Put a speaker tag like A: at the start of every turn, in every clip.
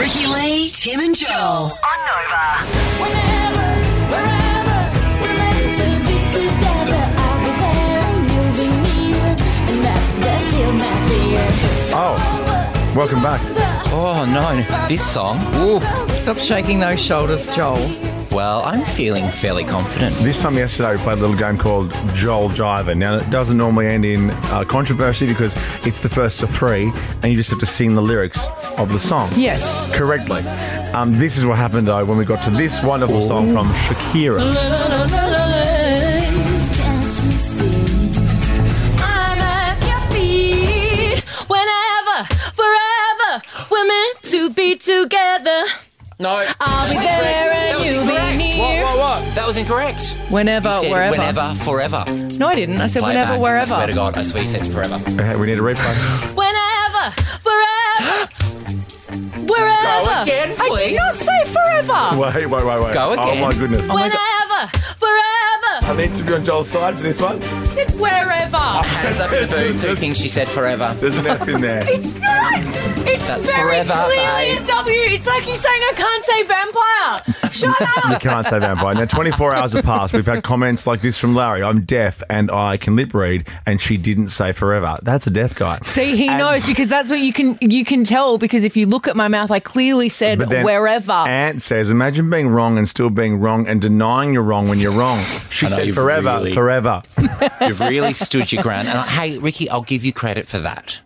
A: Mackey, Tim and Joel.
B: on Nova.
C: Whenever, wherever we're meant to be together, I'll be there and you'll be near, and that's the deal, my dear.
D: Oh, welcome back.
E: Oh no, this song. Ooh.
F: Stop shaking those shoulders, Joel.
E: Well, I'm feeling fairly confident.
D: This time yesterday, we played a little game called Joel Jiver. Now, it doesn't normally end in uh, controversy because it's the first of three, and you just have to sing the lyrics of the song.
F: Yes.
D: Correctly. Um, this is what happened, though, when we got to this wonderful song from Shakira.
C: Can't you see? I'm at your feet. Whenever, forever we're meant to be together,
E: No.
C: I'll be there and you'll be near.
E: That was incorrect.
F: Whenever,
E: you said
F: wherever.
E: whenever, forever.
F: No, I didn't. I said
E: Play it
F: whenever,
E: back.
F: wherever.
E: I swear to God, I swear you said forever.
D: Okay, we need a replay.
C: Whenever, forever, wherever.
E: Go again,
F: I did
E: please.
F: not say forever.
D: wait, wait, wait, wait.
E: Go
D: Oh,
E: again.
D: my goodness.
C: Whenever, forever.
D: I need to be on Joel's side for this one.
F: I said wherever.
E: Hands up in the booth. Who thinks she said forever?
D: There's an F in there.
F: It's not. It's
E: That's
F: very
E: forever,
F: clearly
E: babe.
F: a W. It's like you saying I can't say vampire. Shut
D: You
F: up.
D: can't say vampire. Now, 24 hours have passed. We've had comments like this from Larry. I'm deaf and I can lip read, and she didn't say forever. That's a deaf guy.
F: See, he knows because that's what you can you can tell because if you look at my mouth, I clearly said wherever.
D: Ant says, imagine being wrong and still being wrong and denying you're wrong when you're wrong. She
E: I know,
D: said
E: you've
D: forever,
E: really-
D: forever.
E: You've really stood your ground. And I, hey, Ricky, I'll give you credit for that.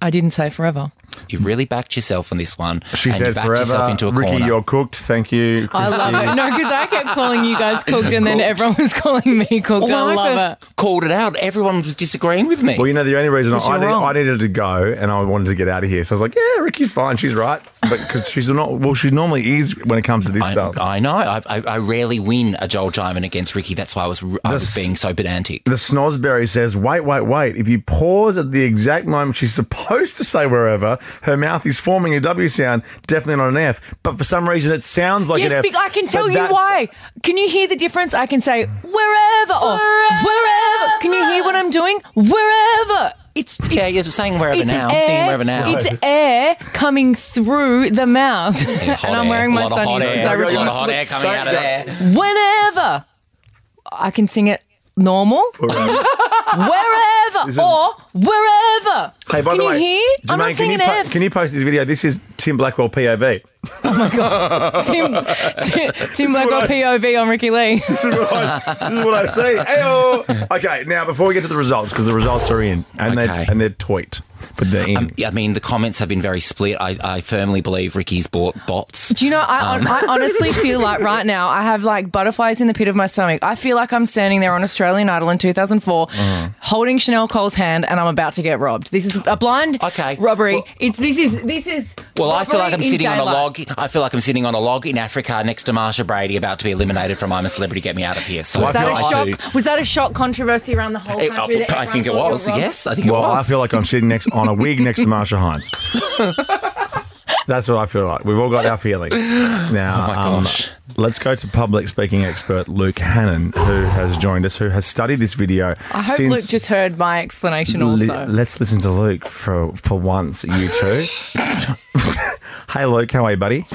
F: I didn't say forever.
E: You've really backed yourself on this one.
D: She
E: and you
D: said
E: backed yourself
D: forever.
E: into a
D: Ricky,
E: corner.
D: you're cooked. Thank you.
F: I
D: Christy.
F: love it. No, because I kept calling you guys cooked, and then everyone was calling me cooked.
E: Well,
F: I
E: when I
F: love it.
E: first called it out, everyone was disagreeing with me.
D: Well, you know, the only reason I,
F: you're
D: I, need-
F: wrong.
D: I needed to go and I wanted to get out of here. So I was like, yeah, Ricky's fine. She's right. But because she's not, well, she normally is when it comes to this
E: I,
D: stuff.
E: I know. I, I, I rarely win a Joel Diamond against Ricky. That's why I was I was
D: s-
E: being so pedantic.
D: The Snosberry says, wait, wait, wait. If you pause at the exact moment she's supposed to say wherever, her mouth is forming a W sound, definitely not an F. But for some reason, it sounds like an
F: Yes,
D: F.
F: be- I can
D: But
F: tell you
D: that's-
F: why. Can you hear the difference? I can say wherever or wherever. Can you hear what I'm doing? Wherever. It's
E: Yeah, you're saying wherever
F: it's
E: now. I'm
F: Air,
E: singing wherever now.
F: It's air coming through the mouth,
E: hot
F: and I'm
E: air.
F: wearing my
E: Lot of hot
F: sunnies
E: air.
F: because
E: Lot
F: I
E: of
F: refuse.
E: hot air coming out of there.
F: Whenever I can sing it normal. wherever
D: This is-
F: or wherever.
D: Hey, by
F: can
D: the
F: you
D: way,
F: hear?
D: Jermaine,
F: I'm not
D: can, you
F: singing
D: po-
F: F.
D: can you post this video? This is Tim Blackwell POV.
F: Tim, Tim, Tim
D: what
F: Blackwell
D: I-
F: POV on Ricky Lee.
D: This is what I, this is what I see. Ayo. Okay, now before we get to the results, because the results are in and
E: Okay. Um,
D: they're and they're tweet, but they're in.
E: Yeah, I mean, the comments have been very split. I, I firmly believe Ricky's bought bots.
F: Do you know, I,
E: Um.
F: I honestly feel like right now I have like butterflies in the pit of my stomach. I feel like I'm standing there on Australian Idol in 2004
E: Uh-huh.
F: holding Chanel Cole's hand and I'm about to get robbed. This is a blind
E: Okay.
F: robbery.
E: Well-
F: it's This is, this is.
E: Well, I feel like I'm
F: robbery in
E: sitting on a
F: daylight.
E: log. I feel like I'm sitting on a log in Africa next to Marsha Brady, about to be eliminated from I'm a Celebrity, Get Me Out of Here. So
D: Well, I
F: Was that,
D: feel
F: a
D: like-
E: I do-
F: shock, was that a shock controversy around the whole
E: It-
F: country? that
E: I think it
F: everyone
E: was.
F: thought you were
E: Yes, I think it
D: well,
E: was.
D: I feel like I'm sitting next on a wig next to Marsha Hines. That's what I feel like. We've all got our feelings. Now, um,
E: Oh gosh.
D: let's go to public speaking expert Luke Hannon, who has joined us, who has studied this video.
F: I hope Luke just heard my explanation
D: Li-
F: also.
D: let's listen to Luke for, for once, you two. hey, Luke, how are you, buddy?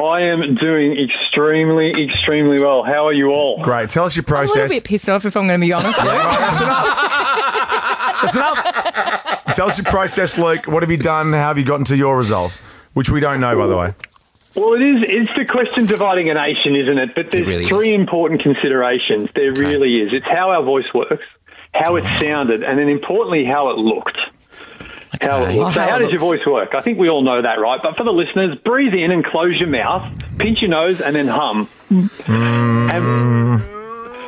G: I am doing extremely, extremely well. How are you all?
D: Great. Tell us your
F: I'm a
D: process.
F: little bit pissed off if I'm going to be honest. Luke.
D: That's enough. Tell us your process, Luke. What have you done? How have you gotten to your result? Which we don't know, by the way.
G: Well, it is. It's the question dividing a nation, isn't it? But there's
E: really
G: three
E: is.
G: important considerations. There really is. It's how our voice works, how it sounded, and then importantly, how it looked. How it
E: Okay.
G: looked. So,
F: Wow,
G: how
F: it
G: does your
F: looks-
G: voice work? I think we all know that, right? But for the listeners, breathe in and close your mouth, pinch your nose, and then hum.
E: Mm.
G: And,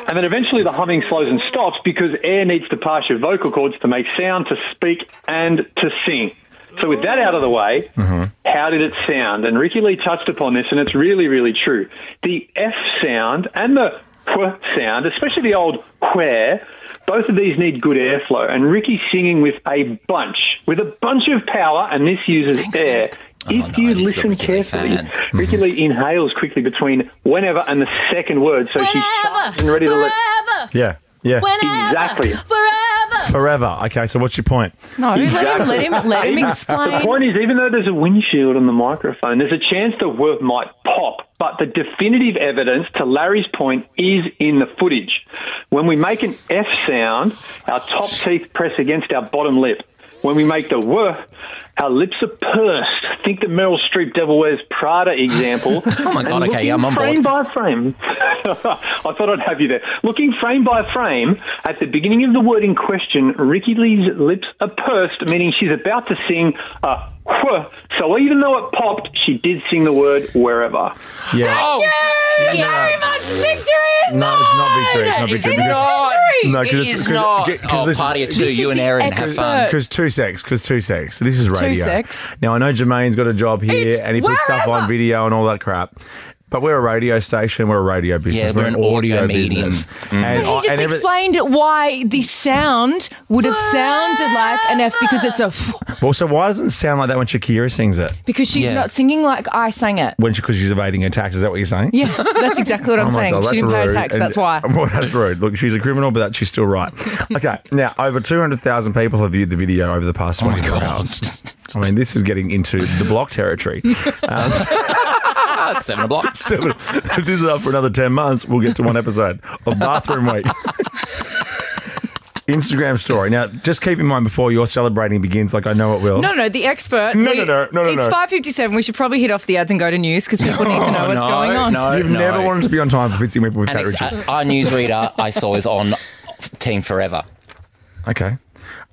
G: and then eventually the humming slows and stops because air needs to pass your vocal cords to make sound, to speak, and to sing. So, with that out of the way,
E: Mm-hmm.
G: how did it sound? And Ricky Lee touched upon this, and it's really, really true. The F sound and the qu sound, especially the old quare, both of these need good airflow. And Ricky's singing with a bunch, with a bunch of power, and this uses air.
C: Oh,
E: no,
G: If you
E: this is a Ricky
G: listen
E: Lee
G: carefully,
E: fan.
G: Ricky
C: Mm-hmm.
G: Lee inhales quickly between whenever and the second word, so she's
C: Whenever,
G: sharp and ready to let.
C: forever,
D: Yeah. Yeah.
C: whenever,
G: Exactly.
C: forever
D: Forever. Okay, so what's your point?
F: No, let him, let him, let him
G: The
F: explain.
G: point is, even though there's a windshield on the microphone, there's a chance the word might pop, but the definitive evidence, to Larry's point, is in the footage. When we make an F sound, our top teeth press against our bottom lip. When we make the W, our lips are pursed. Think the Meryl Streep Devil Wears Prada example.
E: Oh my God,
G: And
E: okay, yeah,
G: looking
E: I'm on board.
G: frame by frame. I thought I'd have you there. Looking frame by frame, at the beginning of the word in question, Ricky Lee's lips are pursed, meaning she's about to sing a wh. So even though it popped, she did sing the word wherever.
D: Yeah.
E: Oh,
F: Very much victory is
D: No, it's not victory. It's not
F: It's
D: victory.
F: in the
D: because-
F: victory.
D: No,
E: it
D: because
E: is
D: it's- 'cause-
E: not.
D: 'cause
E: oh,
D: this-
E: party of two.
F: this
E: You
F: is
E: and
F: the
E: Aaron have fun.
F: expert.
D: Because two sex, because two sex. This is radio.
F: sex.
D: Now I know Jermaine's got a job here,
F: It's
D: and he puts stuff
F: wherever.
D: on video and all that crap. But we're a radio station. We're a radio business.
E: Yeah, we're an audio medium.
D: business. And,
F: He
D: I-
F: just
D: and every-
F: explained why the sound would have sounded like an F because it's a
D: well, so why doesn't it sound like that when Shakira sings it?
F: because she's
E: Yeah.
F: not singing like I sang it.
D: When because she's evading her tax. Is that what you're saying?
F: Yeah, that's exactly what I'm
D: Oh my
F: saying.
D: God,
F: she
D: that's
F: didn't pay her
D: rude.
F: tax.
D: And-
F: That's why.
D: Well, that's rude. Look, she's a criminal, but that, she's still right. Okay, now over 200,000 people have viewed the video over the past 24 hours. I mean, this is getting into the block territory.
E: Ah, it's seven o'clock.
D: So if this is up for another 10 months, we'll get to one episode of Bathroom Week. Instagram story. Now, just keep in mind before your celebrating begins, like I know it will.
F: No, no, the expert.
D: No,
F: we-
D: no, no, no, no,
F: It's
D: no.
F: 5.57. We should probably hit off the ads and go to news because people need to know what's
E: no,
F: going on.
E: No,
D: Oh, You've
E: no.
D: never wanted to be on time for Fitzy Whipple with
E: And
D: Pat
E: ex-
D: Richards.
E: uh, our newsreader I saw is on Team Forever.
D: Okay.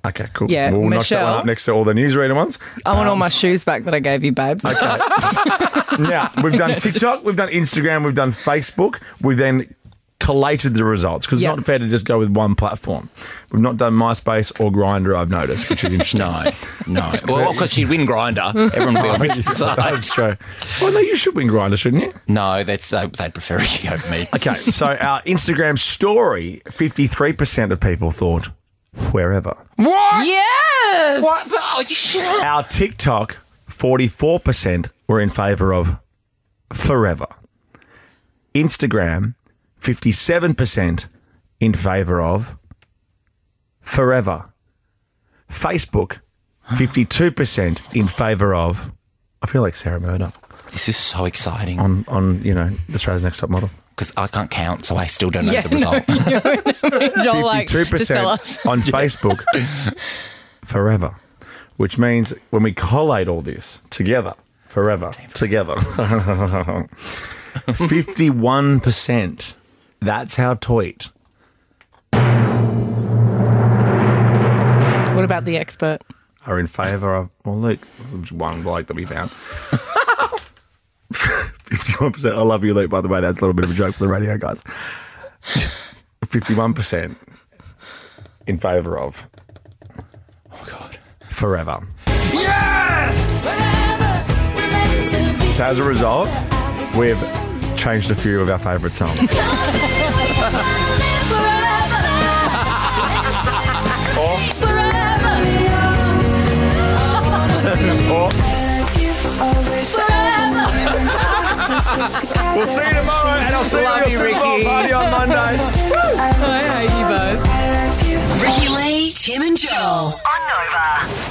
D: Okay, cool.
F: uh, Yeah,
D: we'll notch that one
F: Michelle. Oh,
D: up next to all the newsreader ones.
F: I want all my shoes back that I gave you, babes.
D: now we've done TikTok, we've done Instagram, we've done Facebook. We then collated the results because
F: Yep.
D: it's not fair to just go with one platform. We've not done MySpace or Grinder. I've noticed, which is interesting.
E: No, no. well, because she'd win Grinder. Everyone would be on the side.
D: That's true. Well, no, you should win Grinder, shouldn't you?
E: No, that's uh, they'd prefer Ricky over me.
D: Okay, so our Instagram story, fifty-three percent of people thought wherever.
E: What?
F: yes!
E: What? Are you sure?
D: Our TikTok, forty-four percent were in favour of forever. Instagram, fifty-seven percent in favour of forever. Facebook, fifty-two percent in favour of. I feel like Sarah Murdoch
E: This is so exciting
D: on, on you know Australia's Next Top Model.
E: because I can't count, so I still don't know
F: Yeah,
E: the
F: no,
E: result.
F: you know what I mean? Joel, like,
D: Fifty-two
F: just
D: percent
F: tell us.
D: on Facebook forever, which means when we collate all this together, forever together, fifty-one percent. That's how tweet.
F: What about the expert?
D: are in favour of. Well, Luke, this is one bloke that we found. 51%. I love you, Luke, by the way. That's a little bit of a joke for the radio guys. 51% in favour of. Oh, God. Forever. So, as a result, we've changed a few of our favourite songs. We'll see you tomorrow, and I'll see you
E: Love
D: at
E: you,
D: your Super Bowl
E: Ricky.
D: party on Monday.
A: Ricky Lee, Tim and Joel.
B: on Nova.